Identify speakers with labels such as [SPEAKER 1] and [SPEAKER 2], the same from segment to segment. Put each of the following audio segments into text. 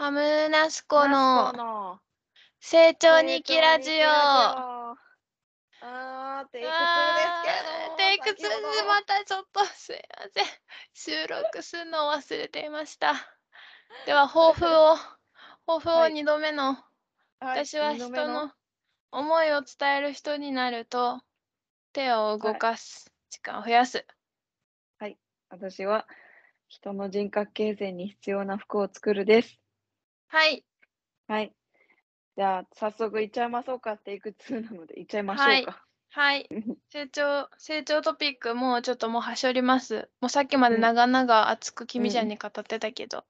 [SPEAKER 1] ユナスコ
[SPEAKER 2] ナスコ
[SPEAKER 1] の
[SPEAKER 2] の
[SPEAKER 1] 成長日記ラジオ。
[SPEAKER 2] ああー、テイク
[SPEAKER 1] わーテイ
[SPEAKER 2] 2
[SPEAKER 1] ク
[SPEAKER 2] ですけど。
[SPEAKER 1] ツーでまたちょっとすいません。収録するのを忘れていま した。では、抱負を、抱負を
[SPEAKER 2] はい
[SPEAKER 1] 2度目の、
[SPEAKER 2] た
[SPEAKER 1] 私は人の思いを伝える人になると、手を動かす、時間を増やす。
[SPEAKER 2] 私は人の人格形成に必要な服を作るです。
[SPEAKER 1] はい、
[SPEAKER 2] はい。じゃあ、早速いっちゃいましょうか。テイク2なので、いっちゃいましょ
[SPEAKER 1] はいう
[SPEAKER 2] か。
[SPEAKER 1] はい。 成長、成長トピック、もうちょっともうはしょります。もうさっきまで
[SPEAKER 2] うん
[SPEAKER 1] 長々熱く君ちゃ
[SPEAKER 2] うん
[SPEAKER 1] んに語ってたけど、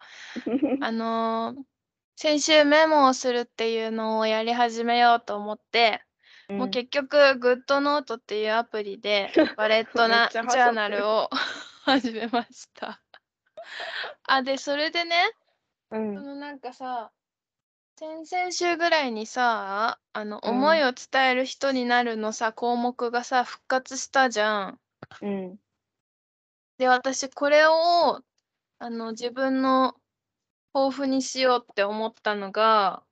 [SPEAKER 1] あのー先週メモをするっていうのをやり始めようと思って、もう結局グッドノートっていうアプ リでバレッ
[SPEAKER 2] め
[SPEAKER 1] トな
[SPEAKER 2] っち
[SPEAKER 1] ジ
[SPEAKER 2] ゃ
[SPEAKER 1] ャ
[SPEAKER 2] はしょってる
[SPEAKER 1] ーナルを 始めました。あでそれでね
[SPEAKER 2] うん、
[SPEAKER 1] そうのなんかさ先々週ぐらいにさあの
[SPEAKER 2] うん
[SPEAKER 1] 思いを伝える人になるのさ、項目がさ復活したじゃん。
[SPEAKER 2] ん、うん。
[SPEAKER 1] で私これをあの自分の抱負にしようって思ったのが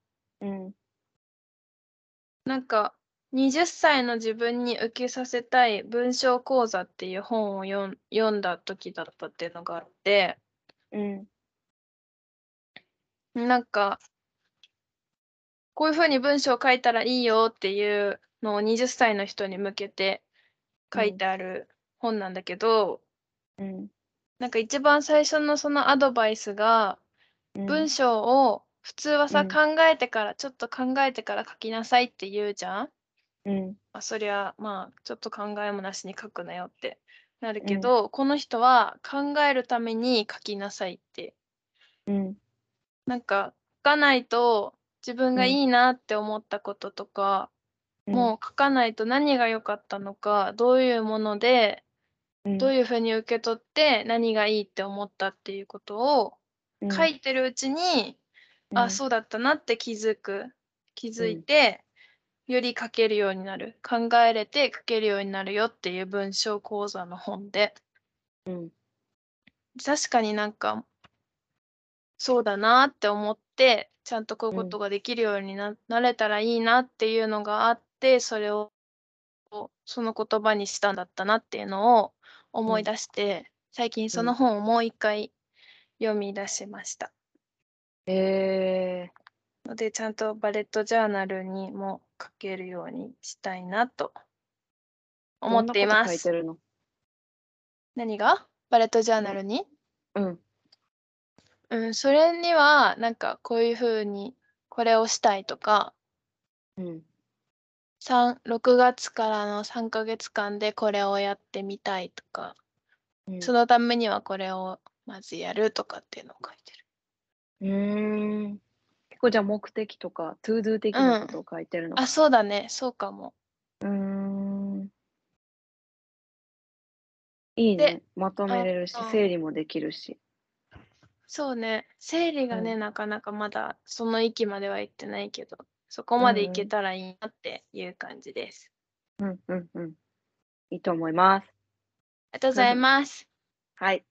[SPEAKER 2] うん
[SPEAKER 1] なんか20歳の自分に受けさせたい文章講座っていう本を読ん読んだ時だったっていうのがあって
[SPEAKER 2] うん
[SPEAKER 1] なんかこういうふうに文章を書いたらいいよっていうのを20歳の人に向けて書いてある本なんだけど、
[SPEAKER 2] うん
[SPEAKER 1] なんか一番最初のそのアドバイスが
[SPEAKER 2] うん
[SPEAKER 1] 文章を普通はさ、
[SPEAKER 2] うん
[SPEAKER 1] 考えてからちょっと考えてから書きなさいって言うじゃん、
[SPEAKER 2] うん
[SPEAKER 1] まあ、そりゃまあちょっと考えもなしに書くなよってなる
[SPEAKER 2] う
[SPEAKER 1] け
[SPEAKER 2] ん
[SPEAKER 1] ど、この人は考えるために書きなさいって
[SPEAKER 2] うん
[SPEAKER 1] なんか書かないと自分が
[SPEAKER 2] うん
[SPEAKER 1] いいなって思ったこととか、もう書かないと何が良かったのかどういうもので
[SPEAKER 2] うん
[SPEAKER 1] どういうふうに受け取って何がいいって思ったっていうことを
[SPEAKER 2] うん
[SPEAKER 1] 書いてるうちに、
[SPEAKER 2] うん
[SPEAKER 1] あそうだったなって気づく気づいて、より書けるようになる考えれて書けるようになるよっていう文章講座の本で
[SPEAKER 2] うん
[SPEAKER 1] 確かになんかそうだなって思ってちゃんとこういうことができるようにな,、なれたらいいなっていうのがあってそれをその言葉にしたんだったなっていうのを思い出して、最近その本をもう一回読み出しました。
[SPEAKER 2] え
[SPEAKER 1] のでちゃんとバレットジャーナルにも書けるようにしたいなと
[SPEAKER 2] ー
[SPEAKER 1] 思ってい
[SPEAKER 2] どんなこ
[SPEAKER 1] ま
[SPEAKER 2] と書い
[SPEAKER 1] す。
[SPEAKER 2] てるの
[SPEAKER 1] 何がバレットジャーナルに、
[SPEAKER 2] うん
[SPEAKER 1] うん、それにはなんかこういうふうにこれをしたいとか
[SPEAKER 2] うん
[SPEAKER 1] 3 6月からの3ヶ月間でこれをやってみたいとか
[SPEAKER 2] うん
[SPEAKER 1] そのためにはこれをまずやるとかっていうのを書いてる。
[SPEAKER 2] うーん結構じゃあ目的とか、トゥードゥ的なことを書いてるのか
[SPEAKER 1] あ。そうだねそうかも。
[SPEAKER 2] うーん。いいね。まとめれるし
[SPEAKER 1] あう、ん
[SPEAKER 2] 整理もできるし。
[SPEAKER 1] そうね生理がね、
[SPEAKER 2] う
[SPEAKER 1] なかなかまだその域まではいってないけどそこまでい
[SPEAKER 2] うんう
[SPEAKER 1] け
[SPEAKER 2] ん
[SPEAKER 1] たらいいなっていう感じです。
[SPEAKER 2] うんうんうん。いいと思います。
[SPEAKER 1] ありがとうございます。
[SPEAKER 2] はい。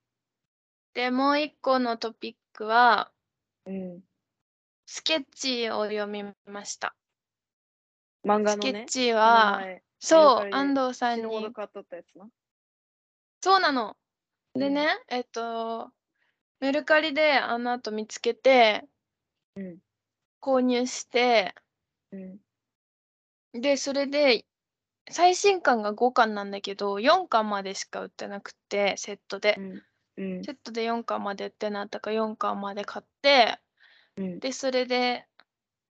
[SPEAKER 1] でもう一個のトピックは
[SPEAKER 2] うん。
[SPEAKER 1] スケッチを読みました。
[SPEAKER 2] 漫画
[SPEAKER 1] ス
[SPEAKER 2] の
[SPEAKER 1] ケ
[SPEAKER 2] ね
[SPEAKER 1] ッ。チ
[SPEAKER 2] この
[SPEAKER 1] は、
[SPEAKER 2] 前
[SPEAKER 1] そ
[SPEAKER 2] メ
[SPEAKER 1] う
[SPEAKER 2] ルカリ
[SPEAKER 1] 安
[SPEAKER 2] で
[SPEAKER 1] 藤さ
[SPEAKER 2] 死
[SPEAKER 1] ん
[SPEAKER 2] ぬほど
[SPEAKER 1] に
[SPEAKER 2] 買っとったやつな。
[SPEAKER 1] そうなの。で
[SPEAKER 2] うん
[SPEAKER 1] ね、えっとメルカリであの後見つけて
[SPEAKER 2] うん。
[SPEAKER 1] 購入して
[SPEAKER 2] うん。
[SPEAKER 1] でそれで最新巻が5巻なんだけど4巻までしか売ってなくてセットで、
[SPEAKER 2] うん。
[SPEAKER 1] セットで4巻までってなったから4巻まで買って
[SPEAKER 2] うん。
[SPEAKER 1] でそれで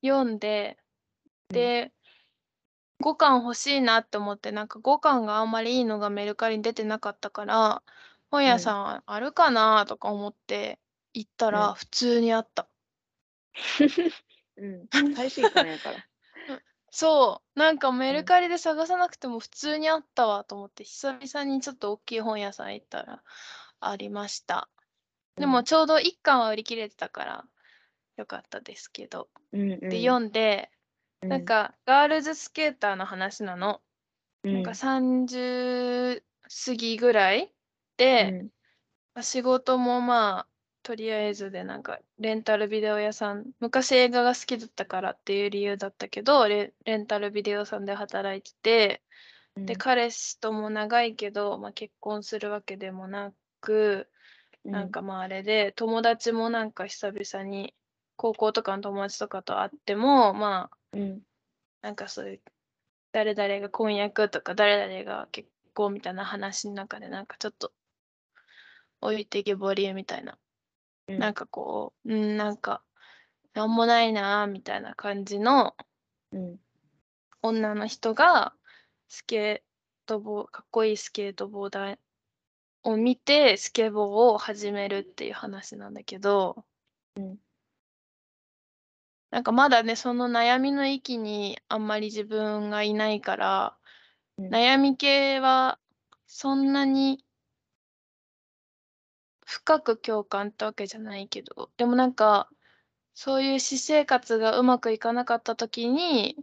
[SPEAKER 1] 読んで
[SPEAKER 2] うん
[SPEAKER 1] で、5巻欲しいなって思ってなんか5巻があんまりいいのがメルカリに出てなかったから本屋さんはあるかなとか思って行った
[SPEAKER 2] う
[SPEAKER 1] ら
[SPEAKER 2] ん
[SPEAKER 1] 普通にあった、
[SPEAKER 2] うん。最新刊やから。
[SPEAKER 1] そうなんかメルカリで探さなくても普通にあったわと思って久々にちょっと大きい本屋さん行ったらありましたでもちょうど1巻は売り切れてたからよかったですけど、
[SPEAKER 2] うん、うん。
[SPEAKER 1] で読んで、
[SPEAKER 2] う
[SPEAKER 1] なん、かガールズスケーターの話なの、なんか30過ぎぐらいで、
[SPEAKER 2] うん、
[SPEAKER 1] まあ仕事もまあとりあえずでなんかレンタルビデオ屋さん昔映画が好きだったからっていう理由だったけどレレンタルビデオ屋さんで働いててで彼氏とも長いけど、まあ、結婚するわけでもなくなんかまああれで友達もなんか久々に高校とかの友達とかと会ってもまあ
[SPEAKER 2] うん、うん
[SPEAKER 1] なんかそういう誰々が婚約とか誰々が結婚みたいな話の中でなんかちょっと置いてけぼりみたいな
[SPEAKER 2] うん、
[SPEAKER 1] なんかこう、うん、なんか、なんもないなあみたいな感じの
[SPEAKER 2] うん、
[SPEAKER 1] 女の人が、スケートボー、かっこいいスケートボーダーを見て、スケボーを始めるっていう話なんだけど、
[SPEAKER 2] うん
[SPEAKER 1] なんかまだね、その悩みの域にあんまり自分がいないから、
[SPEAKER 2] うん
[SPEAKER 1] 悩み系はそんなに深く共感ってわけじゃないけどでもなんかそういう私生活がうまくいかなかった時に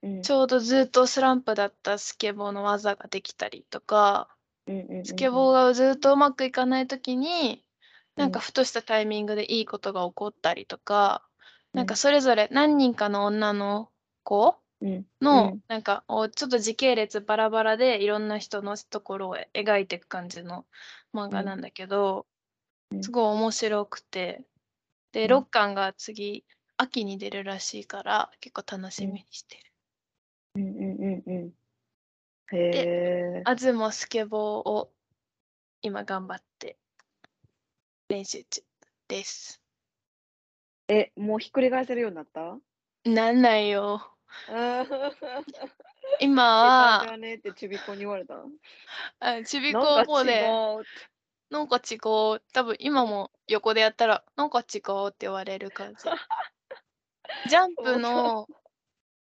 [SPEAKER 2] うん、
[SPEAKER 1] ちょうどずっとスランプだったスケボーの技ができたりとか
[SPEAKER 2] うんうんうんうん
[SPEAKER 1] スケボーがずっとうまくいかない時になんか
[SPEAKER 2] うん
[SPEAKER 1] ふとしたタイミングでいいことが起こったりとかなん
[SPEAKER 2] う
[SPEAKER 1] か
[SPEAKER 2] ん
[SPEAKER 1] それぞれ何人かの女の子
[SPEAKER 2] うんう
[SPEAKER 1] の
[SPEAKER 2] ん
[SPEAKER 1] なんかおちょっと時系列バラバラでいろんな人のところを描いていく感じの漫画
[SPEAKER 2] うん
[SPEAKER 1] なんだけど、
[SPEAKER 2] うん
[SPEAKER 1] すごい面白くて
[SPEAKER 2] う
[SPEAKER 1] で
[SPEAKER 2] ん
[SPEAKER 1] 6巻が次秋に出るらしいから結構楽しみにしてる。
[SPEAKER 2] うんうんうんうん。へえ。
[SPEAKER 1] あずもスケボーを今頑張って練習中です。
[SPEAKER 2] え、もうひっくり返せるようになった あ
[SPEAKER 1] なんないよ。
[SPEAKER 2] あ。
[SPEAKER 1] 今
[SPEAKER 2] あ
[SPEAKER 1] は
[SPEAKER 2] あ。ねってちびっこに言われ た。
[SPEAKER 1] あちびっこ
[SPEAKER 2] な
[SPEAKER 1] は
[SPEAKER 2] ん
[SPEAKER 1] もうね
[SPEAKER 2] か違うって
[SPEAKER 1] なんか違う多分今も横でやったらなんか違うって言われる 感じ。ジャンプの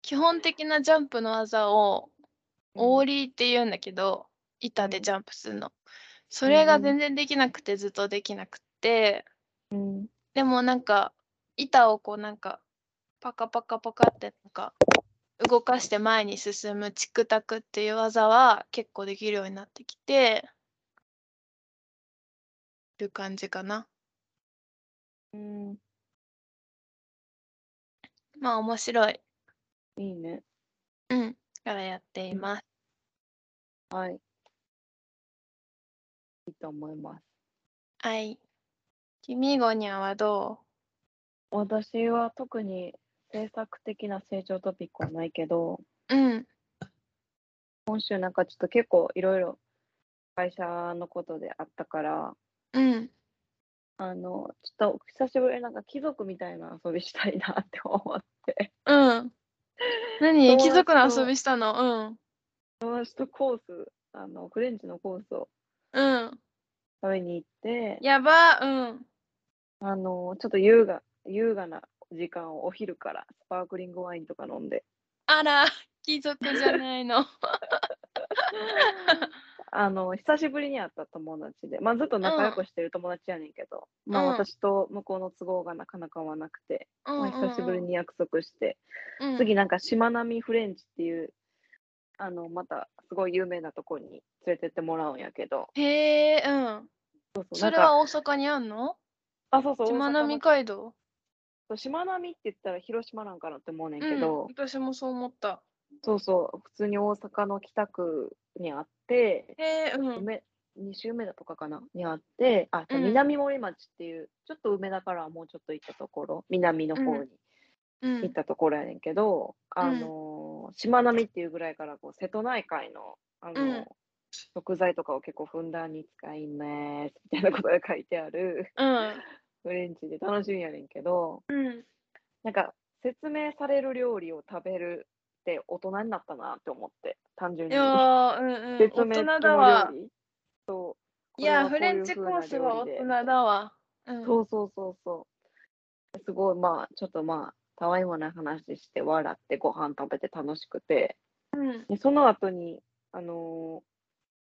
[SPEAKER 1] 基本的なジャンプの技をオーリーって言うんだけど、板でジャンプするの。それが全然できなくてずっとできなくて、
[SPEAKER 2] うん
[SPEAKER 1] でもなんか板をこうなんかパカパカパカってなんか動かして前に進むチクタクっていう技は結構できるようになってきてる感じかな。
[SPEAKER 2] うん。
[SPEAKER 1] まあ面白い。
[SPEAKER 2] いいね。
[SPEAKER 1] うん。からやっています。
[SPEAKER 2] はい。いいと思います。
[SPEAKER 1] はい。君ゴニャはど
[SPEAKER 2] 私は特に制作的な成長トピックはないけど、
[SPEAKER 1] ううん。
[SPEAKER 2] 今週なんかちょっと結構いろいろ会社のことであったから、
[SPEAKER 1] うん。
[SPEAKER 2] あの、ちょっと久しぶりになんか貴族みたいな遊びしたいなって思って、
[SPEAKER 1] うん。何貴
[SPEAKER 2] 友達
[SPEAKER 1] 族の
[SPEAKER 2] と
[SPEAKER 1] 遊びしたの
[SPEAKER 2] 友達とコース、あの、フレンチのコースを
[SPEAKER 1] うん。うん。
[SPEAKER 2] 食べに行って、
[SPEAKER 1] やば。うん。
[SPEAKER 2] あの、ちょっと優雅、優雅な時間をお昼からスパークリングワインとか飲ん で、
[SPEAKER 1] あら、貴族じゃないの。
[SPEAKER 2] あの、久しぶりに会った友達で、まあずっと仲良くしてる友達やねんけど、まあ
[SPEAKER 1] うん
[SPEAKER 2] 私と向こうの都合がなかなか合わなくて、
[SPEAKER 1] うん
[SPEAKER 2] まあ
[SPEAKER 1] うんうん
[SPEAKER 2] 久しぶり。に約束して、
[SPEAKER 1] うん
[SPEAKER 2] 次なんかしまなみフレンチっていう、あの、またすごい有名なとこに連れてってもらうんやけど、
[SPEAKER 1] へえ、うん。
[SPEAKER 2] そうそう、
[SPEAKER 1] それ
[SPEAKER 2] なんか、
[SPEAKER 1] は大阪にあんの
[SPEAKER 2] あ、そうそう、
[SPEAKER 1] しまな
[SPEAKER 2] 大阪
[SPEAKER 1] み
[SPEAKER 2] の
[SPEAKER 1] 海道
[SPEAKER 2] そうしまなみって言ったら広島なんかなって思うねん
[SPEAKER 1] う
[SPEAKER 2] け
[SPEAKER 1] ん
[SPEAKER 2] ど、
[SPEAKER 1] 私もそう思った。
[SPEAKER 2] そうそう、普通に大阪の北区にあって、
[SPEAKER 1] へえ、うん。
[SPEAKER 2] 梅2週目だとかかなにあって、あ、そう
[SPEAKER 1] うん
[SPEAKER 2] 南森町っていう、ちょっと梅田からはもうちょっと行ったところ、南の方
[SPEAKER 1] う
[SPEAKER 2] に
[SPEAKER 1] んう
[SPEAKER 2] 行っ
[SPEAKER 1] ん。
[SPEAKER 2] たところやねんけど、
[SPEAKER 1] ん
[SPEAKER 2] あのー、しまなみっていうぐらいからこう瀬戸内海の、あのー
[SPEAKER 1] うん
[SPEAKER 2] 食材とかを結構ふんだんに使いねみたいなことが書いてある
[SPEAKER 1] うん。
[SPEAKER 2] フレンチで楽しみやねんけど、
[SPEAKER 1] うん。
[SPEAKER 2] なんか説明される料理を食べるって大人になったなって思って、単純
[SPEAKER 1] い
[SPEAKER 2] に。
[SPEAKER 1] やー、うんうん。
[SPEAKER 2] 説
[SPEAKER 1] 大
[SPEAKER 2] 明
[SPEAKER 1] 人
[SPEAKER 2] 付きの
[SPEAKER 1] だわ
[SPEAKER 2] 料。理そう。
[SPEAKER 1] いやー、
[SPEAKER 2] こ
[SPEAKER 1] フ
[SPEAKER 2] れはこうい
[SPEAKER 1] レン
[SPEAKER 2] う
[SPEAKER 1] チ
[SPEAKER 2] 風
[SPEAKER 1] コ
[SPEAKER 2] な
[SPEAKER 1] ースは大
[SPEAKER 2] 料理で
[SPEAKER 1] 人だわ。うん。
[SPEAKER 2] そうそうそうそう。すごい、まあ、ちょっとまあ、たわいもない話して、笑って、ご飯食べて楽しくて、
[SPEAKER 1] うん。
[SPEAKER 2] でその後に、あのー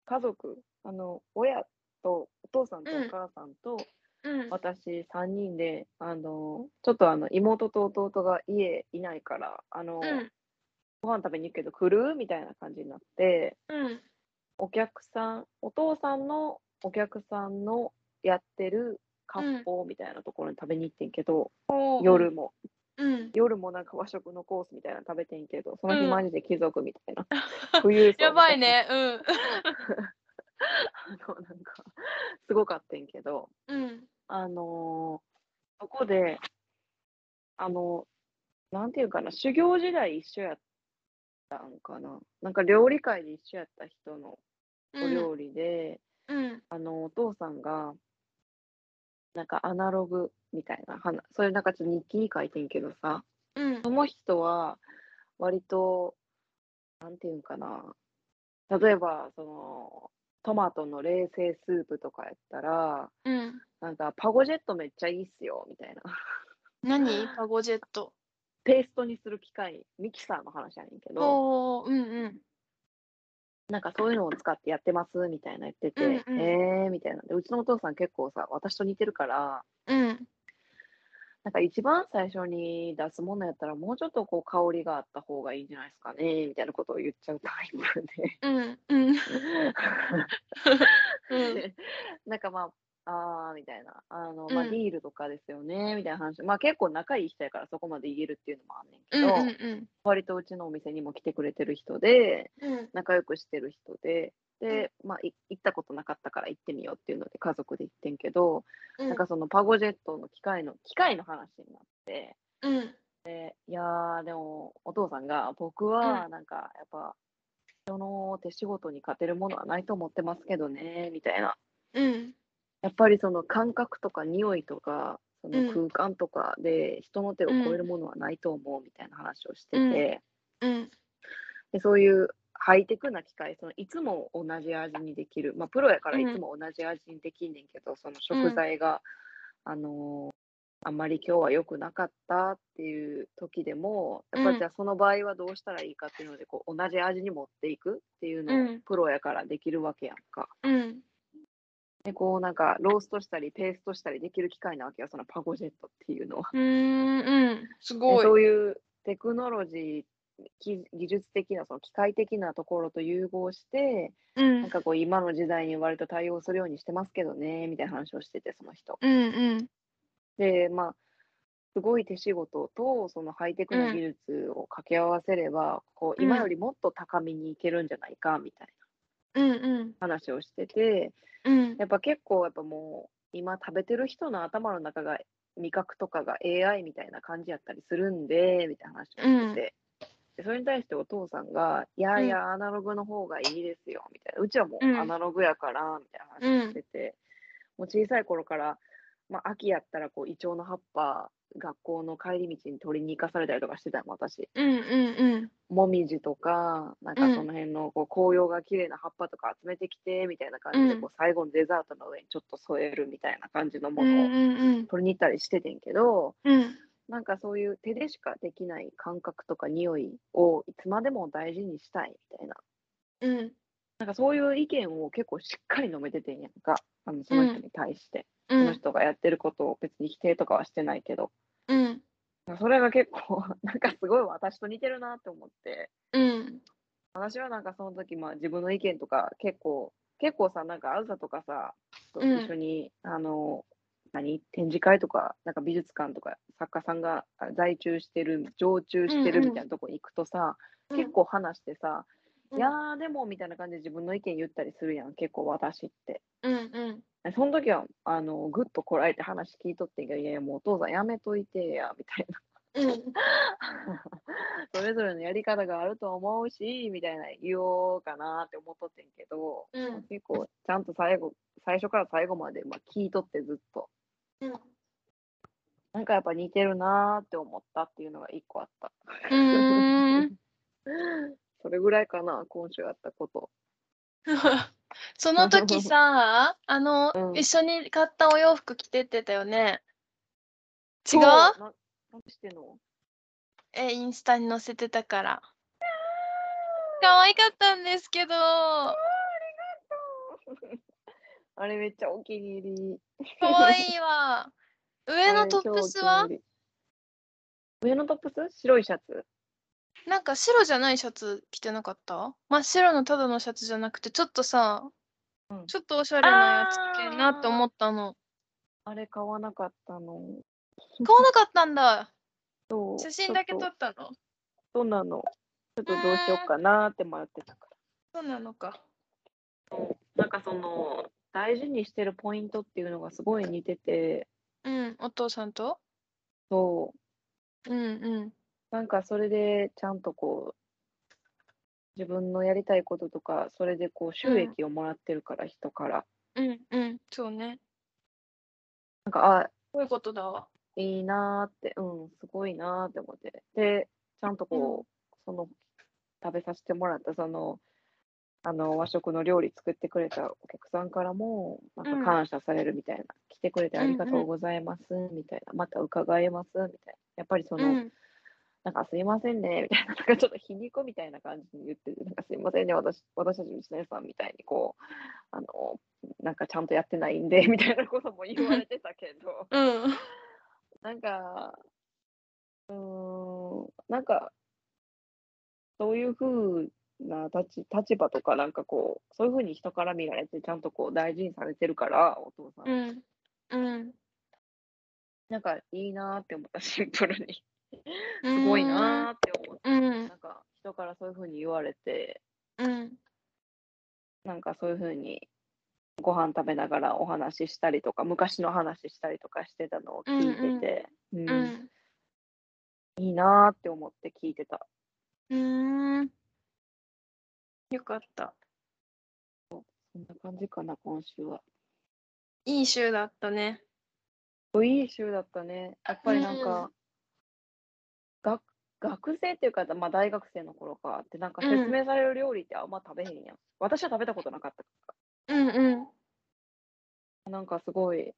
[SPEAKER 2] 家族、あの、親と、お父さんとお
[SPEAKER 1] うん
[SPEAKER 2] 母さんと、
[SPEAKER 1] うん。
[SPEAKER 2] 私3人で、あのーちょっとあの、妹と弟が家いないから、あのー
[SPEAKER 1] うん。
[SPEAKER 2] ご飯食べに行くけど来るみたいな感じになって、
[SPEAKER 1] うん。
[SPEAKER 2] お客さん、お父さんのお客さんのやってる割烹みたいなところに食べに行ってんけど、
[SPEAKER 1] おー
[SPEAKER 2] 夜も
[SPEAKER 1] うん。
[SPEAKER 2] 夜もなんか和食のコースみたいなの食べてんけどその
[SPEAKER 1] う
[SPEAKER 2] 日
[SPEAKER 1] ん
[SPEAKER 2] マジで貴族みた いな富裕層みた
[SPEAKER 1] やばい ね。うん。
[SPEAKER 2] あのなんかすごかってんけど
[SPEAKER 1] うん。
[SPEAKER 2] あのーそこであのなんていうかな修行時代一緒やったんかななんか料理界で一緒やった人の
[SPEAKER 1] う
[SPEAKER 2] お
[SPEAKER 1] ん。
[SPEAKER 2] 料理で、
[SPEAKER 1] うん。
[SPEAKER 2] あのお父さんがなんかアナログみたいな話それなんかちょっと日記に書いてんけどさ
[SPEAKER 1] うん
[SPEAKER 2] そ。の人は割となんていうんかな例えばそのトマトの冷製スープとかやったら
[SPEAKER 1] うん。
[SPEAKER 2] なんかパゴジェットめっちゃいいっすよみたいな
[SPEAKER 1] 何パゴジェット。
[SPEAKER 2] ペーストにする機械ミキサーの話やねんけど
[SPEAKER 1] おお。うんうん。
[SPEAKER 2] なんかそういうのを使ってやってますみたいな言ってて、
[SPEAKER 1] うんうん
[SPEAKER 2] えーみたいなでうちのお父さん結構さ私と似てるから
[SPEAKER 1] うん。
[SPEAKER 2] なんか一番最初に出すものやったらもうちょっとこう香りがあった方がいいんじゃないですかねみたいなことを言っちゃうタイプで
[SPEAKER 1] うん。うん。うん。
[SPEAKER 2] で なんかまああーみたいなあの、まあ、
[SPEAKER 1] うん
[SPEAKER 2] ディールとかですよねみたいな話、まあ結構仲いい人やからそこまで言えるっていうのもあんねんけ
[SPEAKER 1] うん
[SPEAKER 2] ど、
[SPEAKER 1] うん
[SPEAKER 2] 割とうちのお店にも来てくれてる人で
[SPEAKER 1] うん。
[SPEAKER 2] 仲良くしてる人でで、まあ、い行ったことなかったから行ってみようっていうので家族で行ってんけど、
[SPEAKER 1] うん。
[SPEAKER 2] なんかそのパゴジェットの機械の機械の話になって
[SPEAKER 1] うん。
[SPEAKER 2] いやーでもお父さんが僕はなんかやっぱ人の手仕事に勝てるものはないと思ってますけどねみたいな
[SPEAKER 1] うん。
[SPEAKER 2] やっぱりその感覚とか匂いとかその
[SPEAKER 1] う
[SPEAKER 2] 空間とかで人の手を超えるものはないと思うみたいな話をしてて、
[SPEAKER 1] うんうん。
[SPEAKER 2] でそういうハイテクな機械そのいつも同じ味にできる、まあ、プロやからいつも同じ味にできんねんけど、その食材が、あのーあんまり今日は良くなかったっていう時でもやっぱ
[SPEAKER 1] うん
[SPEAKER 2] りじゃあその場合はどうしたらいいかっていうのでこう同じ味に持っていくっていう
[SPEAKER 1] う
[SPEAKER 2] のを
[SPEAKER 1] ん
[SPEAKER 2] プロやからできるわけやんか。
[SPEAKER 1] うん。
[SPEAKER 2] でこうなんかローストしたりペーストしたりできる機械なわけよそのパゴジェットっていうのは。
[SPEAKER 1] うーん。うん。す
[SPEAKER 2] で
[SPEAKER 1] ごい。
[SPEAKER 2] そういうテクノロジー技技術的なその機械的なところと融合して
[SPEAKER 1] うん
[SPEAKER 2] なん。かこう今の時代に割と対応するようにしてますけどねみたいな話をしててその人。
[SPEAKER 1] うんうん。
[SPEAKER 2] でまあすごい手仕事とそのハイテクな
[SPEAKER 1] うん
[SPEAKER 2] 技術を掛け合わせれば、こう
[SPEAKER 1] うん
[SPEAKER 2] 今よりもっと高みに行けるんじゃないかみたい
[SPEAKER 1] うんうん。
[SPEAKER 2] な話をしてて
[SPEAKER 1] うん。
[SPEAKER 2] やっぱ結構やっぱもう今食べてる人の頭の中が味覚とかが AI みたいな感じやったりするんでみたいな話をしてて。でそれに対してお父さんが「いやいやアナログの方がいいですよ」みたいな「うちはもう
[SPEAKER 1] うん
[SPEAKER 2] アナログやから」みたいな話
[SPEAKER 1] う
[SPEAKER 2] し
[SPEAKER 1] ん
[SPEAKER 2] て。て、もう小さい頃から、まあ、秋やったらこうイチョウの葉っぱ学校の帰り道に取りに行かされたりとかしてたの私
[SPEAKER 1] うんうん
[SPEAKER 2] もみじとかなんか
[SPEAKER 1] うん
[SPEAKER 2] その辺のこう紅葉が綺麗な葉っぱとか集めてきてみたいな感じで、
[SPEAKER 1] うん
[SPEAKER 2] こう最後のデザートの上にちょっと添えるみたいな感じの
[SPEAKER 1] う
[SPEAKER 2] も
[SPEAKER 1] ん。うん
[SPEAKER 2] のを
[SPEAKER 1] うん
[SPEAKER 2] 取りに行ったりしててんけど、
[SPEAKER 1] うん。うん。
[SPEAKER 2] なんかそういう手でしかできない感覚とか匂いをいつまでも大事にしたいみたいな
[SPEAKER 1] うん。
[SPEAKER 2] なんかそういう意見を結構しっかり述べててんやんかあのその人に対して。
[SPEAKER 1] う
[SPEAKER 2] その
[SPEAKER 1] ん。
[SPEAKER 2] 人がやってることを別に否定とかはしてないけど、
[SPEAKER 1] うん。
[SPEAKER 2] それが結構、なんかすごい私と似てるなって思って、
[SPEAKER 1] うん。
[SPEAKER 2] 私はなんかその時、まあ自分の意見とか結構、結構さ、なんかあずさとかさ、と
[SPEAKER 1] うん
[SPEAKER 2] 一緒に、あの、何展示会とか、なんか美術館とか、作家さんがあ在中してる、常駐してる
[SPEAKER 1] うんうん
[SPEAKER 2] みたいなとこ行くとさ、結構話してさ、
[SPEAKER 1] うん
[SPEAKER 2] いやーでもみたいな感じで自分の意見言ったりするやん、結構私って。
[SPEAKER 1] うんうん。
[SPEAKER 2] その時はあのぐっとこらえて話聞いとってんけど、いやいや、もうお父さんやめといてや、みたい
[SPEAKER 1] うん。
[SPEAKER 2] な。 それぞれのやり方があると思うし、みたいな言おうかなって思っとってんけど、
[SPEAKER 1] うん
[SPEAKER 2] 結構ちゃんと最後、最初から最後まで、まあ、聞いとってずっと。
[SPEAKER 1] うん。
[SPEAKER 2] なんかやっぱ似てるなーって思ったっていうのが一個あった。
[SPEAKER 1] うーん
[SPEAKER 2] それぐらいかな、今週あったこと。
[SPEAKER 1] その時さ、あの、
[SPEAKER 2] うん
[SPEAKER 1] 一緒に買ったお洋服着てってたよね。違
[SPEAKER 2] そううな何してんの
[SPEAKER 1] え、インスタに載せてたから。可愛かったんですけど、
[SPEAKER 2] あれめっちゃお気に入り。
[SPEAKER 1] 可愛いわ。上のトップスは
[SPEAKER 2] 上のトップス白いシャツ
[SPEAKER 1] なんか白じゃないシャツ着てなかった真っ白のただのシャツじゃなくてちょっとさ、
[SPEAKER 2] うん
[SPEAKER 1] ちょっとおしゃれなやつ着てんなって思ったの。
[SPEAKER 2] あれ買わなかったの。
[SPEAKER 1] 買わなかったんだ。
[SPEAKER 2] そう
[SPEAKER 1] 写真だけ撮
[SPEAKER 2] ちょっ
[SPEAKER 1] ったの。
[SPEAKER 2] とそうなの。ちょっとどうしようかなって迷ってたか
[SPEAKER 1] そうなのか。
[SPEAKER 2] ら。なんかその、大事にしてるポイントっていうのがすごい似てて、
[SPEAKER 1] うん、お父さんと
[SPEAKER 2] そう、
[SPEAKER 1] うんうん。
[SPEAKER 2] なんかそれでちゃんとこう、自分のやりたいこととか、それでこう収益をもらってるから、人から。
[SPEAKER 1] うんうん。そうね。
[SPEAKER 2] なんか、あ、
[SPEAKER 1] こういうことだわ。
[SPEAKER 2] いいなーって、うん、すごいなーって思って。で、ちゃんとこう、その、食べさせてもらった、その、あの、和食の料理作ってくれたお客さんからも、な
[SPEAKER 1] うんん
[SPEAKER 2] か感謝されるみたいな、来てくれてありが
[SPEAKER 1] うん
[SPEAKER 2] と
[SPEAKER 1] う
[SPEAKER 2] うんございます、みたいな、また伺えます、みたいな。やっぱりそうの、
[SPEAKER 1] ん。
[SPEAKER 2] なんかすいませんね、みたいな、なん かちょっと皮肉みたいな感じに言ってて、なんかすいませんね、私私たちの姉さんみたいに、こう、あの、なんかちゃんとやってないんで、み たいなことも言われてたけど。
[SPEAKER 1] うん。
[SPEAKER 2] なんか、うーん、なんか、そういうふうな立ち立場とか、なんかこう、そういうふうに人から見られて、ちゃんとこう大事にされてるから、お父さん。
[SPEAKER 1] うん。うん。
[SPEAKER 2] なんかいいなーって思った、シンプルに。すごいなーって思った。
[SPEAKER 1] うん
[SPEAKER 2] なんか、人からそういうふうに言われて、
[SPEAKER 1] うん。
[SPEAKER 2] なんかそういうふうに、ご飯食べながらお話ししたりとか、昔の話したりとかしてたのを聞いてて、うん
[SPEAKER 1] うん。
[SPEAKER 2] いいなーって思って聞いてた。
[SPEAKER 1] うん。よかった。
[SPEAKER 2] そんな感じかな、今週は。
[SPEAKER 1] いい週だったね。
[SPEAKER 2] いい週だったね。やっぱりなん
[SPEAKER 1] う
[SPEAKER 2] か、学学生っていうか、まあ、大学生の頃かって、なんか
[SPEAKER 1] うん
[SPEAKER 2] 説明される料理ってあんま食べへんやん。私は食べたことなかったか
[SPEAKER 1] うんうん。
[SPEAKER 2] ら。なんかすごい、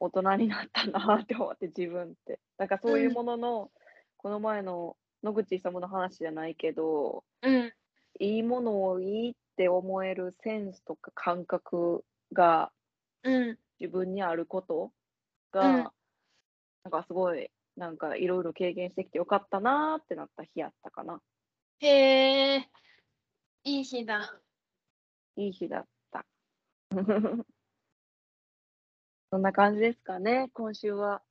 [SPEAKER 2] 大人になったなって思って、自分って。なんかそういうものの、この前の野口勇の話じゃないけど、
[SPEAKER 1] うん。
[SPEAKER 2] いいものをいいって思えるセンスとか感覚が
[SPEAKER 1] うん。
[SPEAKER 2] 自分にあることが、
[SPEAKER 1] うん
[SPEAKER 2] なんかすごいなんかいろいろ経験してきてよかったなーってなった日やったかな
[SPEAKER 1] へえ。いい日だ。
[SPEAKER 2] いい日だった そんな感じですかね今週は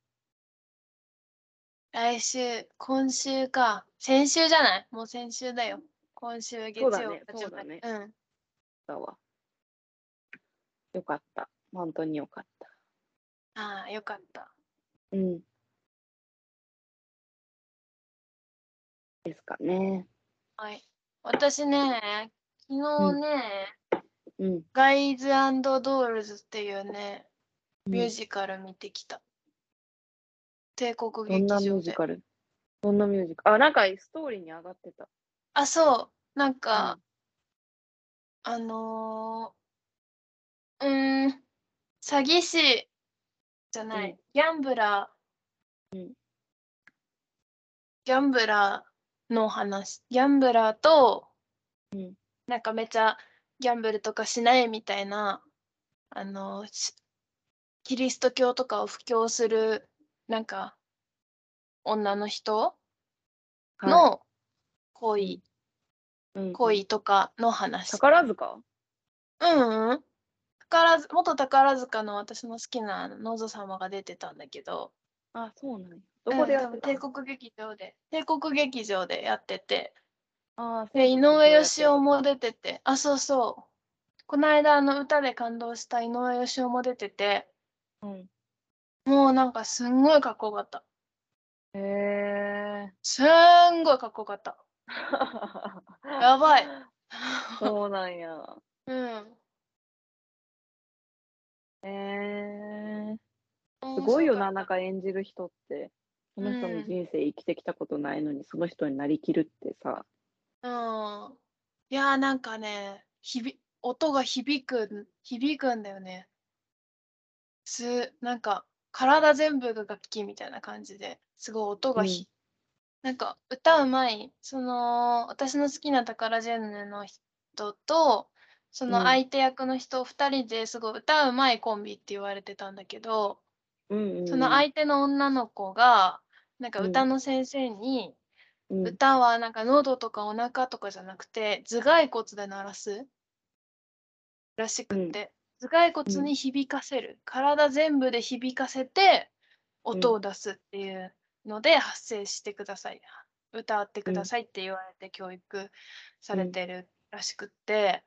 [SPEAKER 1] 来週、今週か。先週じゃないもう先週だよ。今週月
[SPEAKER 2] そ
[SPEAKER 1] 曜
[SPEAKER 2] うだね
[SPEAKER 1] 始ま
[SPEAKER 2] そ
[SPEAKER 1] り
[SPEAKER 2] うだわよかった本当によかった
[SPEAKER 1] うん。ああ、よかった。
[SPEAKER 2] うんですかね
[SPEAKER 1] はい。私ね、昨日ね、
[SPEAKER 2] うん
[SPEAKER 1] ガイズドールズっていうね、
[SPEAKER 2] うん
[SPEAKER 1] ミュージカル見てきた。帝国
[SPEAKER 2] どん
[SPEAKER 1] 劇
[SPEAKER 2] なミュ
[SPEAKER 1] 場
[SPEAKER 2] ージ
[SPEAKER 1] で。
[SPEAKER 2] カルどんなミュージカルあなんかストーリーに上がってた
[SPEAKER 1] あ、そう。なんか、あのー、うーん、詐欺師じゃない、
[SPEAKER 2] うん
[SPEAKER 1] ギャンブラー、
[SPEAKER 2] うん
[SPEAKER 1] ギャンブラーの話、ギャンブラーと、
[SPEAKER 2] うん
[SPEAKER 1] なんかめちゃギャンブルとかしないみたいな、あのーしキリスト教とかを布教する、なんか、女の人
[SPEAKER 2] うん
[SPEAKER 1] の、
[SPEAKER 2] は
[SPEAKER 1] 恋、
[SPEAKER 2] いうん
[SPEAKER 1] 恋とかの話。
[SPEAKER 2] 宝塚
[SPEAKER 1] うんうん。宝塚元宝塚の私の好きなのぞ様が出てたんだけど、
[SPEAKER 2] あ、そうなんや。どこでやってた、
[SPEAKER 1] うん帝国劇場で、帝国劇場でやってて、
[SPEAKER 2] あー
[SPEAKER 1] で井上芳雄
[SPEAKER 2] も。
[SPEAKER 1] も出てて、あ、そうそう。この間あの歌で感動した井上芳雄も出てて、
[SPEAKER 2] うん
[SPEAKER 1] もうなんかすんごいかっこよかった。
[SPEAKER 2] へえ。
[SPEAKER 1] すんごいかっこよかった。やばい。
[SPEAKER 2] そうなんや。
[SPEAKER 1] うん。
[SPEAKER 2] へえ。す
[SPEAKER 1] す
[SPEAKER 2] ごいよ な、なんか演じる人って。その人
[SPEAKER 1] う
[SPEAKER 2] の
[SPEAKER 1] ん
[SPEAKER 2] 人生生きてきたことないのに、その人になりきるってさ。
[SPEAKER 1] うん。いやーなんかね、ひび音が響くん、響くんだよね。す、なんか、体全部が楽器みたいな感じですごい音がひ、なんか歌うまい、その、私の好きな宝ジェンヌの人と、その
[SPEAKER 2] うん
[SPEAKER 1] 相手役の人2人ですごい歌うまいコンビって言われてたんだけど、
[SPEAKER 2] うん、うん。
[SPEAKER 1] その相手の女の子が、なんか
[SPEAKER 2] うん
[SPEAKER 1] 歌の先生に、
[SPEAKER 2] うん、
[SPEAKER 1] 歌はなんか喉とかお腹とかじゃなくて頭蓋骨で鳴らすらしくて、頭蓋骨に響かせる、体全部で響かせて音を出すっていうので発声してください、歌ってくださいって言われて教育されてるらしくって、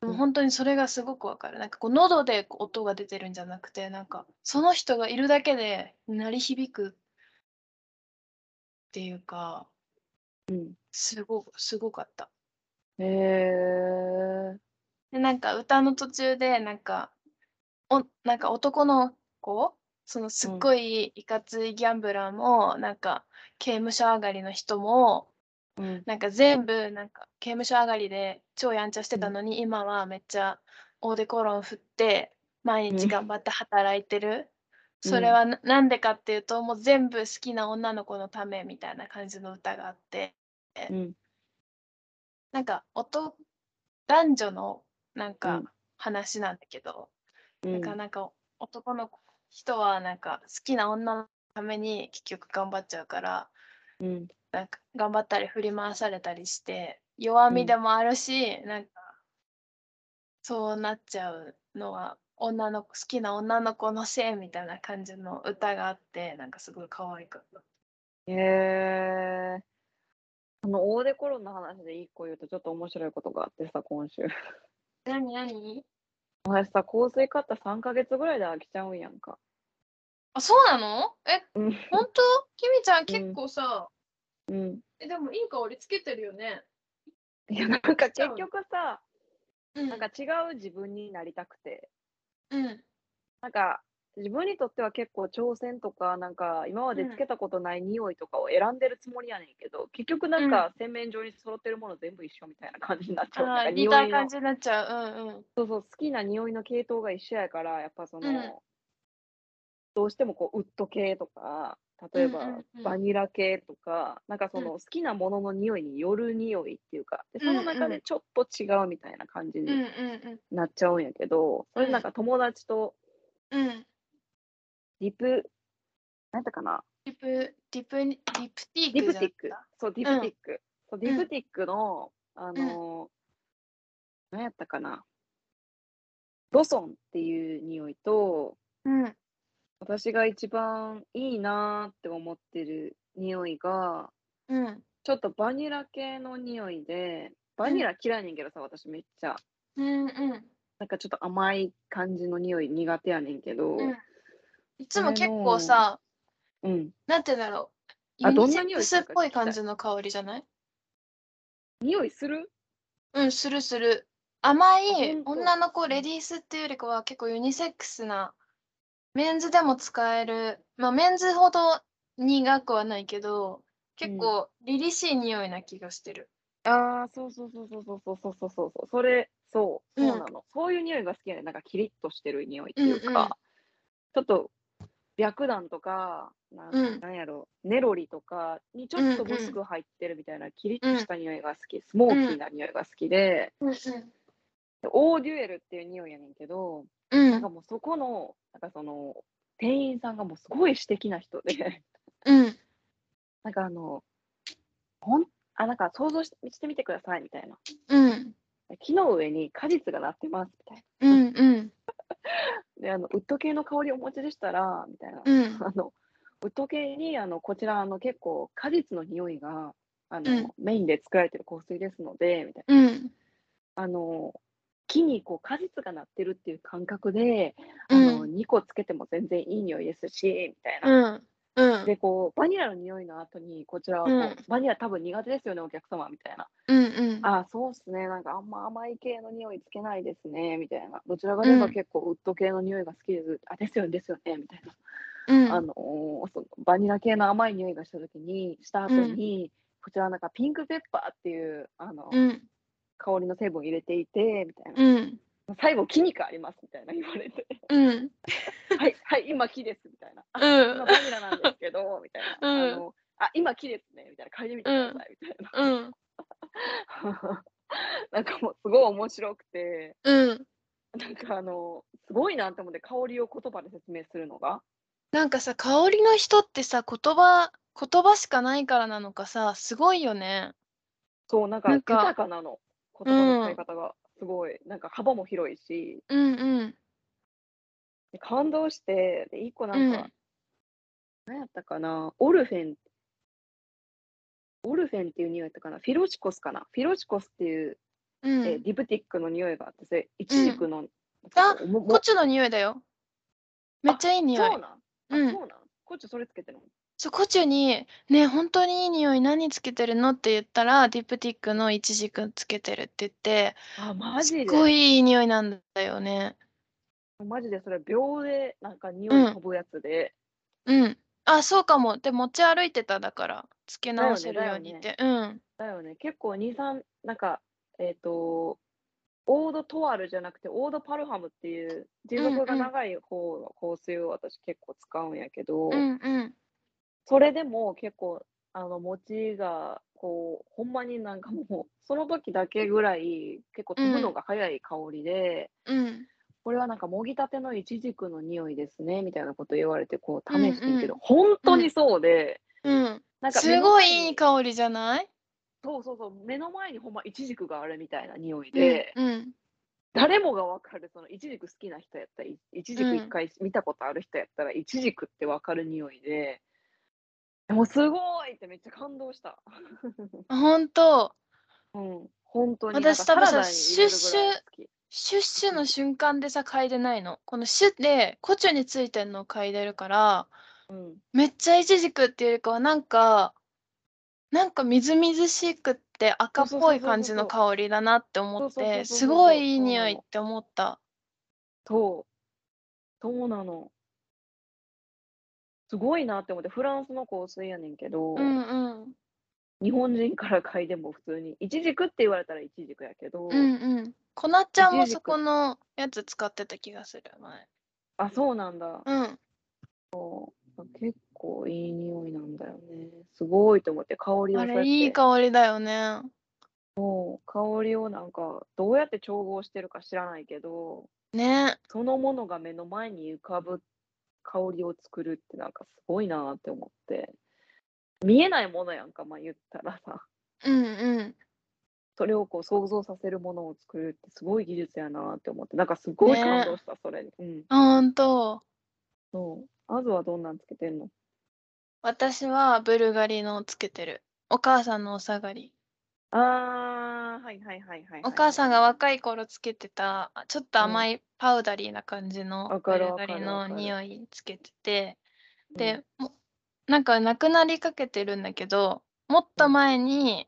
[SPEAKER 1] でも本当にそれがすごくわかるなんかこう喉でこう音が出てるんじゃなくてなんかその人がいるだけで鳴り響くっていうか
[SPEAKER 2] うん
[SPEAKER 1] すごすごかった。
[SPEAKER 2] へえ。
[SPEAKER 1] でなんか歌の途中でなんかおなんか男の子そのすっごいいかついギャンブラーも、なんか刑務所上がりの人も
[SPEAKER 2] うん
[SPEAKER 1] なんか全部なんか刑務所上がりで超やんちゃしてたのに、今はめっちゃオーデコロン振って毎
[SPEAKER 2] う
[SPEAKER 1] 日
[SPEAKER 2] ん
[SPEAKER 1] 頑張って働いてる、
[SPEAKER 2] うん
[SPEAKER 1] それはななんでかっていうともう全部好きな女の子のためみたいな感じの歌があって
[SPEAKER 2] うん
[SPEAKER 1] なんか音男女のなん
[SPEAKER 2] う
[SPEAKER 1] か
[SPEAKER 2] ん
[SPEAKER 1] 話なんだけど、
[SPEAKER 2] う
[SPEAKER 1] なん
[SPEAKER 2] ん
[SPEAKER 1] かなんか男の人はなんか好きな女のために結局頑張っちゃうから
[SPEAKER 2] うん
[SPEAKER 1] なんか頑張ったり振り回されたりして弱みでもあるし、なんかそうなっちゃうのは女の子好きな女の子のせいみたいな感じの歌があってなんかすごい可愛かった。
[SPEAKER 2] へえ。あの、オーデコロンの話で一個言うとちょっと面白いことがあってさ、今週。
[SPEAKER 1] 何何
[SPEAKER 2] お前さ、香水買った3ヶ月ぐらいで飽きちゃうんやんか。
[SPEAKER 1] あそうなのえ
[SPEAKER 2] うん
[SPEAKER 1] 本当きみちゃん
[SPEAKER 2] 結
[SPEAKER 1] 構さ、
[SPEAKER 2] うん。
[SPEAKER 1] えでもいい香りつけてるよね。
[SPEAKER 2] いや、なんか結局さ、
[SPEAKER 1] うん、
[SPEAKER 2] なんか違う自分になりたくて。
[SPEAKER 1] うん、
[SPEAKER 2] なんか、自分にとっては結構挑戦とか、なんか今までつけたことない匂いとかを選んでるつもりやねんけど、結局なんか洗面所に揃ってるもの全部一緒みたいな感じになっちゃう。なん
[SPEAKER 1] あ
[SPEAKER 2] か
[SPEAKER 1] ー似
[SPEAKER 2] 匂
[SPEAKER 1] た
[SPEAKER 2] いの
[SPEAKER 1] 感じになっちゃう。うんうん
[SPEAKER 2] そうそう、好きな匂いの系統が一緒やから、やっぱその、
[SPEAKER 1] うん
[SPEAKER 2] どうしてもこうウッド系とか、例えば
[SPEAKER 1] うんうんうん
[SPEAKER 2] バニラ系とか、なんかその好
[SPEAKER 1] う
[SPEAKER 2] きなものの匂いによる匂いっていうか、でその
[SPEAKER 1] う
[SPEAKER 2] 中
[SPEAKER 1] んう
[SPEAKER 2] で
[SPEAKER 1] ん
[SPEAKER 2] ちょっと違うみたいな感じ
[SPEAKER 1] うん
[SPEAKER 2] に
[SPEAKER 1] うん
[SPEAKER 2] なっちゃうんやけど、それなんか友達と
[SPEAKER 1] うんうん。
[SPEAKER 2] リプ、なんてかな、
[SPEAKER 1] ディプディプディプティ
[SPEAKER 2] ディ
[SPEAKER 1] ック
[SPEAKER 2] プ
[SPEAKER 1] じ
[SPEAKER 2] ティ
[SPEAKER 1] ゃなか
[SPEAKER 2] ッ
[SPEAKER 1] っ
[SPEAKER 2] ク
[SPEAKER 1] た。、
[SPEAKER 2] そう、ディプティック、そう、ディプティックの、あのー、なんやったかな、ロソンっていう匂いと、
[SPEAKER 1] うん
[SPEAKER 2] 私が一番いいなーって思ってる匂いが、
[SPEAKER 1] うん
[SPEAKER 2] ちょっとバニラ系の匂いで、バニラ嫌いねんけどさ、私めっちゃ。
[SPEAKER 1] うんうん
[SPEAKER 2] なんかちょっと甘い感じの匂い苦手やねんけど、
[SPEAKER 1] うん。いつも結構さ、
[SPEAKER 2] うん。
[SPEAKER 1] なんて言うんだろう。
[SPEAKER 2] あ
[SPEAKER 1] ユ
[SPEAKER 2] どん
[SPEAKER 1] ニセ
[SPEAKER 2] な
[SPEAKER 1] ッ
[SPEAKER 2] 匂
[SPEAKER 1] ク
[SPEAKER 2] い
[SPEAKER 1] スっぽい感
[SPEAKER 2] す
[SPEAKER 1] じの香りじゃない
[SPEAKER 2] 匂いする
[SPEAKER 1] うん、するする。甘
[SPEAKER 2] あ
[SPEAKER 1] い
[SPEAKER 2] ほんと
[SPEAKER 1] 女の子レディースっていうよりかは結構ユニセックスな、メンズでも使える、まあメンズほど苦くはないけど、結構凛々しい匂いな気がしてる。
[SPEAKER 2] ああ、そうそうそうそうそうそうそうそうそう。それ、そう、
[SPEAKER 1] う
[SPEAKER 2] そ
[SPEAKER 1] ん
[SPEAKER 2] うなの。そういう匂いが好きやねん。なんかキリッとしてる匂いっていうか、
[SPEAKER 1] うんうん
[SPEAKER 2] ちょっと白檀とか、なん
[SPEAKER 1] うん
[SPEAKER 2] なんやろ、ネロリとかにちょっと
[SPEAKER 1] うんうん
[SPEAKER 2] ムスク入ってるみたいな、キリッとした匂いが好き、スモーキーな匂いが好きで、
[SPEAKER 1] うん
[SPEAKER 2] でオーデュエルっていう匂いやねんけど、
[SPEAKER 1] うん。う
[SPEAKER 2] なん
[SPEAKER 1] ん
[SPEAKER 2] かもうそこの、なんかその、店員さんがもうすごい私的な人で、
[SPEAKER 1] うん
[SPEAKER 2] なんかあの、ほん、あ、なんか想像ししてみてくださいみたいな。
[SPEAKER 1] うん
[SPEAKER 2] 木の上に果実がなってますみたい
[SPEAKER 1] うんうん
[SPEAKER 2] な。で、あの、ウッド系の香りをお持ちでしたら、みたいな。
[SPEAKER 1] うん
[SPEAKER 2] あの、ウッド系に、あの、こちら、あの、結構果実の匂いが、あの、
[SPEAKER 1] うん
[SPEAKER 2] メインで作られてる香水ですので、みたい
[SPEAKER 1] うん
[SPEAKER 2] な。あの、木にこう果実がなってるっていう感覚で、あ
[SPEAKER 1] う
[SPEAKER 2] の、
[SPEAKER 1] ん
[SPEAKER 2] 2個つけても全然いい匂いですし、みたいな。
[SPEAKER 1] うんうん
[SPEAKER 2] で、こう、バニラの匂いの後に、こちらはこう、
[SPEAKER 1] うん
[SPEAKER 2] バニラ多分苦手ですよね、お客様、みたいな。
[SPEAKER 1] うんうん
[SPEAKER 2] あ、そうっすね。なんかあんま甘い系の匂いつけないですね、みたいな。どちらかといえば
[SPEAKER 1] うん
[SPEAKER 2] 結構ウッド系の匂いが好きです。あ、ですよね、ですよね、みたいな。
[SPEAKER 1] うん
[SPEAKER 2] あのーそのバニラ系の甘い匂いがした時に、した後に、こちらなんかピンクペッパーっていう、あの、
[SPEAKER 1] うん
[SPEAKER 2] 香りの成分を入れていて、みたいな。
[SPEAKER 1] うん
[SPEAKER 2] 最後、木に変わります、みたいな言われ て。
[SPEAKER 1] うん
[SPEAKER 2] はい、はい、今木です、みたいな。あ
[SPEAKER 1] うん
[SPEAKER 2] 今バニラなんですけど、みたいな。
[SPEAKER 1] うん
[SPEAKER 2] あの、あ、今木ですね、みたいな。嗅いでみてください、みたいな。
[SPEAKER 1] うん
[SPEAKER 2] なんかもうすごい面白くて、
[SPEAKER 1] うん
[SPEAKER 2] なんかあの、すごいなって思って香りを言葉で説明するのが。
[SPEAKER 1] なんかさ香りの人ってさ言葉言葉しかないからなのかさすごいよね
[SPEAKER 2] そう、なんか
[SPEAKER 1] なんか
[SPEAKER 2] 豊かなの。言葉の使い方がすごい。なんか幅も広いし、
[SPEAKER 1] うんうん
[SPEAKER 2] で感動して、で、一個な
[SPEAKER 1] うん
[SPEAKER 2] か、
[SPEAKER 1] ん
[SPEAKER 2] 何やったかな、オルフェン、オルフェンっていう匂いだったかな、フィロチコスかな、フィロチコスっていう、え
[SPEAKER 1] う
[SPEAKER 2] ー
[SPEAKER 1] ん。
[SPEAKER 2] ディプティックの匂いがあって、それ、イチジクの、
[SPEAKER 1] あ
[SPEAKER 2] もも
[SPEAKER 1] コチュの匂いだよ。めっちゃいい匂い。
[SPEAKER 2] そう
[SPEAKER 1] そ
[SPEAKER 2] なんあ、
[SPEAKER 1] うん
[SPEAKER 2] そうなんこっちそれつけてるの
[SPEAKER 1] うコチュに「ねえ本当にいい匂い何つけてるの?」って言ったらディプティックのイチジクつけてるって言って
[SPEAKER 2] あ、マ
[SPEAKER 1] す
[SPEAKER 2] ジで
[SPEAKER 1] っごいいい匂いなんだよね。
[SPEAKER 2] マジでそれ秒でなんか匂い飛ぶやつで、
[SPEAKER 1] うん。あそうかも。で持ち歩いてただからつけ直せる
[SPEAKER 2] だ
[SPEAKER 1] よ
[SPEAKER 2] よ
[SPEAKER 1] う
[SPEAKER 2] ね
[SPEAKER 1] に
[SPEAKER 2] だよね
[SPEAKER 1] って。うん。
[SPEAKER 2] だよね結構23なんかえっ、とオードトワルじゃなくてオードパルハムっていう持続が長い方の香水を私結構使うんやけど、
[SPEAKER 1] うんうん。
[SPEAKER 2] それでも結構あの持ちがこうほんまになんかもうその時だけぐらい結構飛ぶのが早い香りで、
[SPEAKER 1] うん。
[SPEAKER 2] これはなんかもぎたてのイチジクの匂いですねみたいなこと言われてこう
[SPEAKER 1] うんうん
[SPEAKER 2] 試してんけど、本当にそうで、
[SPEAKER 1] うん。
[SPEAKER 2] なんか目
[SPEAKER 1] す
[SPEAKER 2] の
[SPEAKER 1] ご
[SPEAKER 2] 前に
[SPEAKER 1] いいい香りじゃない
[SPEAKER 2] そうそうそう目の前にほんまイチジクがあるみたいな匂いで、
[SPEAKER 1] うん。
[SPEAKER 2] 誰もがわかるそのイチジク好きな人やったらいイチジ
[SPEAKER 1] う
[SPEAKER 2] ク
[SPEAKER 1] ん
[SPEAKER 2] 一回見たことある人やったらイチジクってわかる匂いで。もうすごいってめっちゃ感動した。
[SPEAKER 1] うん本当
[SPEAKER 2] うん、本当に。
[SPEAKER 1] 私
[SPEAKER 2] なんか
[SPEAKER 1] 多分
[SPEAKER 2] サラダ
[SPEAKER 1] さ
[SPEAKER 2] に入れるぐらい好き
[SPEAKER 1] シュッシュの瞬間でさ嗅いでないの。このシュッでコチュについてんのを嗅いでるから
[SPEAKER 2] うん、
[SPEAKER 1] めっちゃイチジクっていうよりかはなんかなんかみずみずしくって赤っ
[SPEAKER 2] そうそうそう
[SPEAKER 1] ぽ
[SPEAKER 2] そう
[SPEAKER 1] い感じの香りだなって思っ
[SPEAKER 2] そうそうそう
[SPEAKER 1] て
[SPEAKER 2] そう
[SPEAKER 1] すごいいい匂いって思った。
[SPEAKER 2] そう。そうなの。すごいなって思って、フランスの香水やねんけど、
[SPEAKER 1] うんうん
[SPEAKER 2] 日本人から嗅いでも普通に、イチジクって言われたらイチジクやけど、
[SPEAKER 1] うんうん。こなっちゃん
[SPEAKER 2] イ
[SPEAKER 1] も
[SPEAKER 2] チジ
[SPEAKER 1] そ
[SPEAKER 2] ク
[SPEAKER 1] このやつ使ってた気がする前。
[SPEAKER 2] あ、そうなんだ。
[SPEAKER 1] うん
[SPEAKER 2] 結構いい匂いなんだよね。すごいと思って、香りを
[SPEAKER 1] あ
[SPEAKER 2] そうやっ
[SPEAKER 1] れいい
[SPEAKER 2] て、
[SPEAKER 1] 香りだよね。
[SPEAKER 2] 香りをなんか、どうやって調合してるか知らないけど、
[SPEAKER 1] ね。
[SPEAKER 2] そのものが目の前に浮かぶ香りを作るってなんかすごいなって思って、見えないものやんか、まあ言ったらさ。
[SPEAKER 1] うんうん。
[SPEAKER 2] それをこう想像させるものを作るってすごい技術やなって思ってなんかすごい
[SPEAKER 1] ね
[SPEAKER 2] 感動した、それにうん
[SPEAKER 1] あほんと。
[SPEAKER 2] そうあずはどんなんつけてんの
[SPEAKER 1] 私はブルガリのをつけてる。お母さんのお下がり。
[SPEAKER 2] あーはいはいはいはい、
[SPEAKER 1] お母さんが
[SPEAKER 2] わ
[SPEAKER 1] 若い頃つけてたあちょっと甘いパウダリーな感じの
[SPEAKER 2] わ
[SPEAKER 1] ブ
[SPEAKER 2] かる
[SPEAKER 1] ル
[SPEAKER 2] わ
[SPEAKER 1] ガ
[SPEAKER 2] かる
[SPEAKER 1] リ
[SPEAKER 2] わ
[SPEAKER 1] の
[SPEAKER 2] かる
[SPEAKER 1] 匂いつけててで、もなんかなくなりかけてるんだけどもっと前に、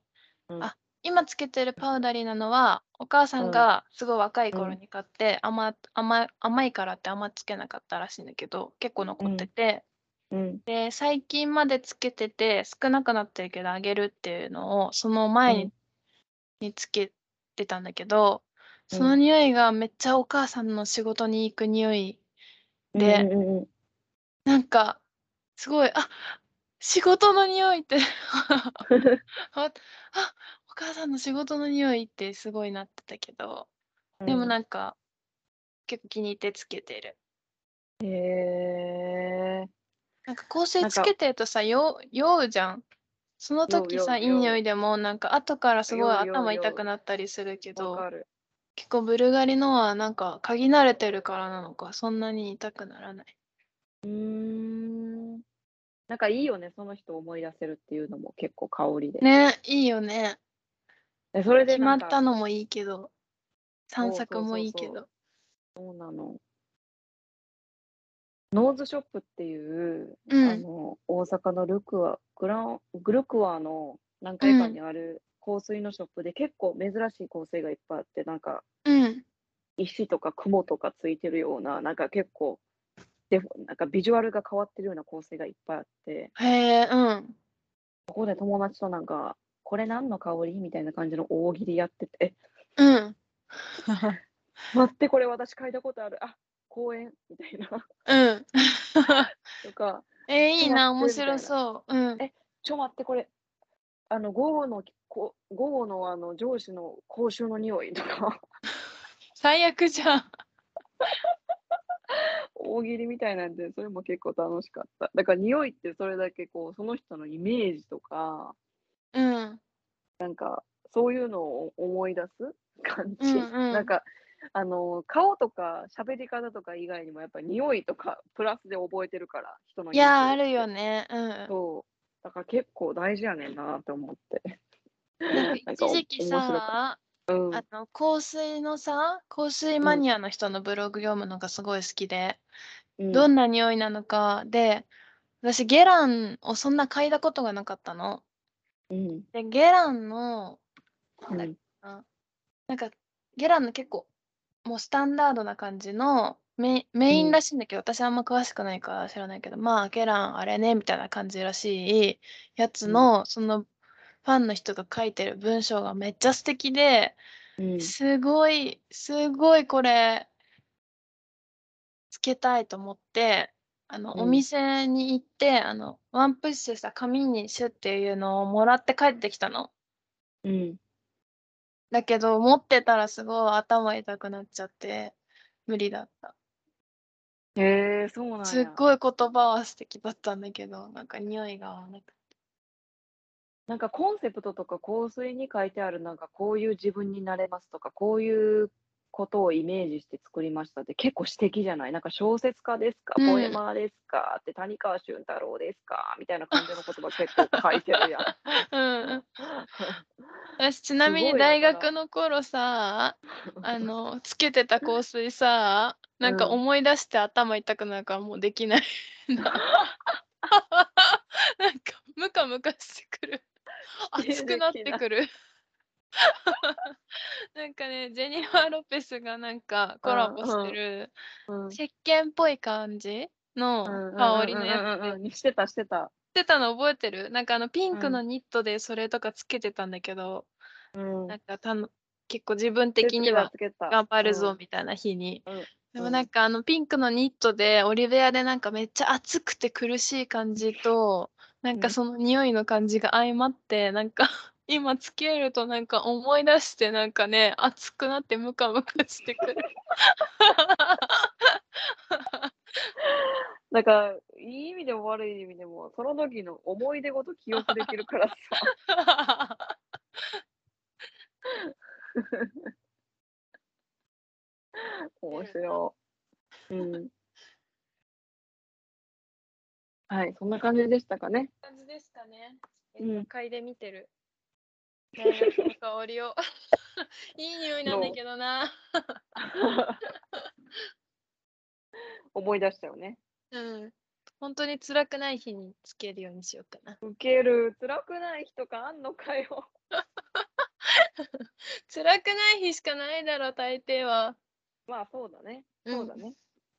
[SPEAKER 2] うん
[SPEAKER 1] あ今つけてるパウダリーなのはお母さんがすごい若い頃に買って、甘甘い甘いからってあんまつけなかったらしいんだけど結構残ってて、
[SPEAKER 2] うん
[SPEAKER 1] で最近までつけてて少なくなってるけどあげるっていうのをその前に,、
[SPEAKER 2] うん
[SPEAKER 1] につけてたんだけど
[SPEAKER 2] うん
[SPEAKER 1] その匂いがめっちゃお母さんの仕事に行く匂いで、
[SPEAKER 2] うんうんうん
[SPEAKER 1] なんかすごいあ仕事の匂いって ああお母さんの仕事の匂いってすごいなってたけど
[SPEAKER 2] うん、
[SPEAKER 1] でも
[SPEAKER 2] ん
[SPEAKER 1] なんか結構気に入ってつけてる
[SPEAKER 2] へえ
[SPEAKER 1] なんか香水
[SPEAKER 2] なん
[SPEAKER 1] つ
[SPEAKER 2] か
[SPEAKER 1] けてるとさ酔う酔うじゃんその
[SPEAKER 2] 酔う
[SPEAKER 1] 時さい
[SPEAKER 2] 酔
[SPEAKER 1] いう匂いでもなんか後からすごい
[SPEAKER 2] 酔う酔う
[SPEAKER 1] 頭
[SPEAKER 2] 酔う
[SPEAKER 1] 痛くなったりするけ
[SPEAKER 2] わ
[SPEAKER 1] ど
[SPEAKER 2] かる
[SPEAKER 1] 結構ブルガリのはなんか嗅ぎ慣れてるからなのかそんなに痛くならないう
[SPEAKER 2] ーんなんかいいよねその人を思い出せるっていうのも結構香りで、
[SPEAKER 1] ねいいよね
[SPEAKER 2] でそれで
[SPEAKER 1] 決ま
[SPEAKER 2] な
[SPEAKER 1] っ
[SPEAKER 2] んか
[SPEAKER 1] たのもいいけど
[SPEAKER 2] う
[SPEAKER 1] 散
[SPEAKER 2] そう
[SPEAKER 1] 策もいい
[SPEAKER 2] そう
[SPEAKER 1] け
[SPEAKER 2] そう
[SPEAKER 1] ど
[SPEAKER 2] そうなの。ノーズショップっていう、
[SPEAKER 1] うん
[SPEAKER 2] あの大阪のルクアグラングルクワの何回かにある香水のショップで、結構珍しい香水がいっぱいあってなんか
[SPEAKER 1] うん
[SPEAKER 2] 石とか雲とかついてるようななんか結構でなんかビジュアルが変わってるような香水がいっぱいあって
[SPEAKER 1] へえうん
[SPEAKER 2] ここで友達となんか「これ何の香り?」みたいな感じの大喜利やっててえ
[SPEAKER 1] うん
[SPEAKER 2] 「待ってこれ私嗅いだことあるあ公園」みたいな
[SPEAKER 1] うん
[SPEAKER 2] とか。
[SPEAKER 1] えー、いいな
[SPEAKER 2] やって る
[SPEAKER 1] 面
[SPEAKER 2] みたいな
[SPEAKER 1] 白そううん
[SPEAKER 2] えちょ待ってこれあの午後のこ午後のあの上司の口臭の匂いとか
[SPEAKER 1] 最悪じゃん
[SPEAKER 2] 大喜利みたいなんでそれも結構楽しかっただから匂いってそれだけこうその人のイメージとか
[SPEAKER 1] うん
[SPEAKER 2] そういうのを思い出す感じ、
[SPEAKER 1] うんうん
[SPEAKER 2] なんかあの顔とか喋り方とか以外にもやっぱ匂いとかプラスで覚えてるから人の
[SPEAKER 1] いやーあ
[SPEAKER 2] 匂い
[SPEAKER 1] るよ
[SPEAKER 2] って
[SPEAKER 1] ねうん
[SPEAKER 2] そうだから結構大事やねんなって思って
[SPEAKER 1] なんか
[SPEAKER 2] なんか
[SPEAKER 1] 一時期
[SPEAKER 2] 面白
[SPEAKER 1] さ
[SPEAKER 2] うん
[SPEAKER 1] あの香水のさ香水マニアの人のブログ読むのがすごい好きで、
[SPEAKER 2] うん
[SPEAKER 1] どんな匂いなのかで私ゲランをそんな嗅いだことがなかったの。
[SPEAKER 2] うん
[SPEAKER 1] でゲランの
[SPEAKER 2] う
[SPEAKER 1] なんだっ
[SPEAKER 2] ん
[SPEAKER 1] ゲランの結構もうスタンダードな感じのメメインらしいんだけど、私あんま詳しくないから知らないけどまあゲランあれねみたいな感じらしいやつの、そのファンの人が書いてる文章がめっちゃ素敵で、
[SPEAKER 2] うん
[SPEAKER 1] すごいすごいこれつけたいと思ってあの、
[SPEAKER 2] うん
[SPEAKER 1] お店に行ってあのワンプッシュした紙にシュっていうのをもらって帰ってきたの。
[SPEAKER 2] うん
[SPEAKER 1] だけど持ってたらすごい頭痛くなっちゃって無理だった。
[SPEAKER 2] へえそうなんや
[SPEAKER 1] すっごい言葉は素敵だったんだけどなんか匂いが合わなくて。
[SPEAKER 2] なんかコンセプトとか香水に書いてあるなんかこういう自分になれますとかこういうことをイメージして作りましたって結構詩的じゃないなんか小説家ですか、
[SPEAKER 1] うん
[SPEAKER 2] ポエマーですかって谷川俊太郎ですかみたいな感じの言葉結構書いてるやん。
[SPEAKER 1] うん、私ちなみ
[SPEAKER 2] す
[SPEAKER 1] に
[SPEAKER 2] ごいだから
[SPEAKER 1] 大学の頃さ あのつけてた香水さなんか
[SPEAKER 2] うん
[SPEAKER 1] 思い出して頭痛くなるからもうできない ななんかムカムカしてくる
[SPEAKER 2] できない
[SPEAKER 1] 熱くなってくるなんかねジェニファー・ロペスがなんかコラボしてる
[SPEAKER 2] うん
[SPEAKER 1] 石鹸っぽい感じの香りのやつ
[SPEAKER 2] うんうんうんうんしてたしてた。
[SPEAKER 1] ってたの覚えてるなんかあのピンク
[SPEAKER 2] うん
[SPEAKER 1] のニットでそれとかつけてたんだけど、
[SPEAKER 2] うん
[SPEAKER 1] なんかたの結構自分的には
[SPEAKER 2] つけたつけた
[SPEAKER 1] 頑張るぞ
[SPEAKER 2] うん
[SPEAKER 1] みたいな日に、
[SPEAKER 2] うん
[SPEAKER 1] でもなんかあのピンクのニットでオリベアでなんかめっちゃ暑くて苦しい感じとなん
[SPEAKER 2] う
[SPEAKER 1] か
[SPEAKER 2] ん
[SPEAKER 1] その匂いの感じが相まってなんか 今つけるとなんか思い出してなんかね暑くなってムカムカして くる
[SPEAKER 2] なんかいい意味でも悪い意味でもその時の思い出ごと記憶できるからさ。面白い。うん。 はい、そんな感じでしたか ね。
[SPEAKER 1] 感じですかね。
[SPEAKER 2] うん
[SPEAKER 1] えっと嗅いで見 てる。大学の香りを。 いい匂いなんだけどな。
[SPEAKER 2] 思い出したよね。
[SPEAKER 1] うん。本当に辛くない日につけるようにしようかな。
[SPEAKER 2] ウケる、辛くない日とかあんのかよ。
[SPEAKER 1] 辛くない日しかないだろ、大抵は。
[SPEAKER 2] まあそうだね。
[SPEAKER 1] うん
[SPEAKER 2] そうだね。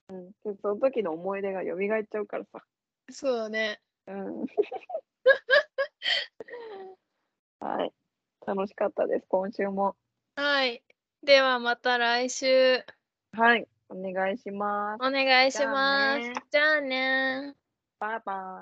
[SPEAKER 2] うん。でその時の思い出が蘇っちゃうからさ。
[SPEAKER 1] そうだね。
[SPEAKER 2] うん。はい。楽しかったです、今週も。
[SPEAKER 1] はい。ではまた来週。
[SPEAKER 2] はい。お願いします。
[SPEAKER 1] お願いします。じゃあね
[SPEAKER 2] バイバイ。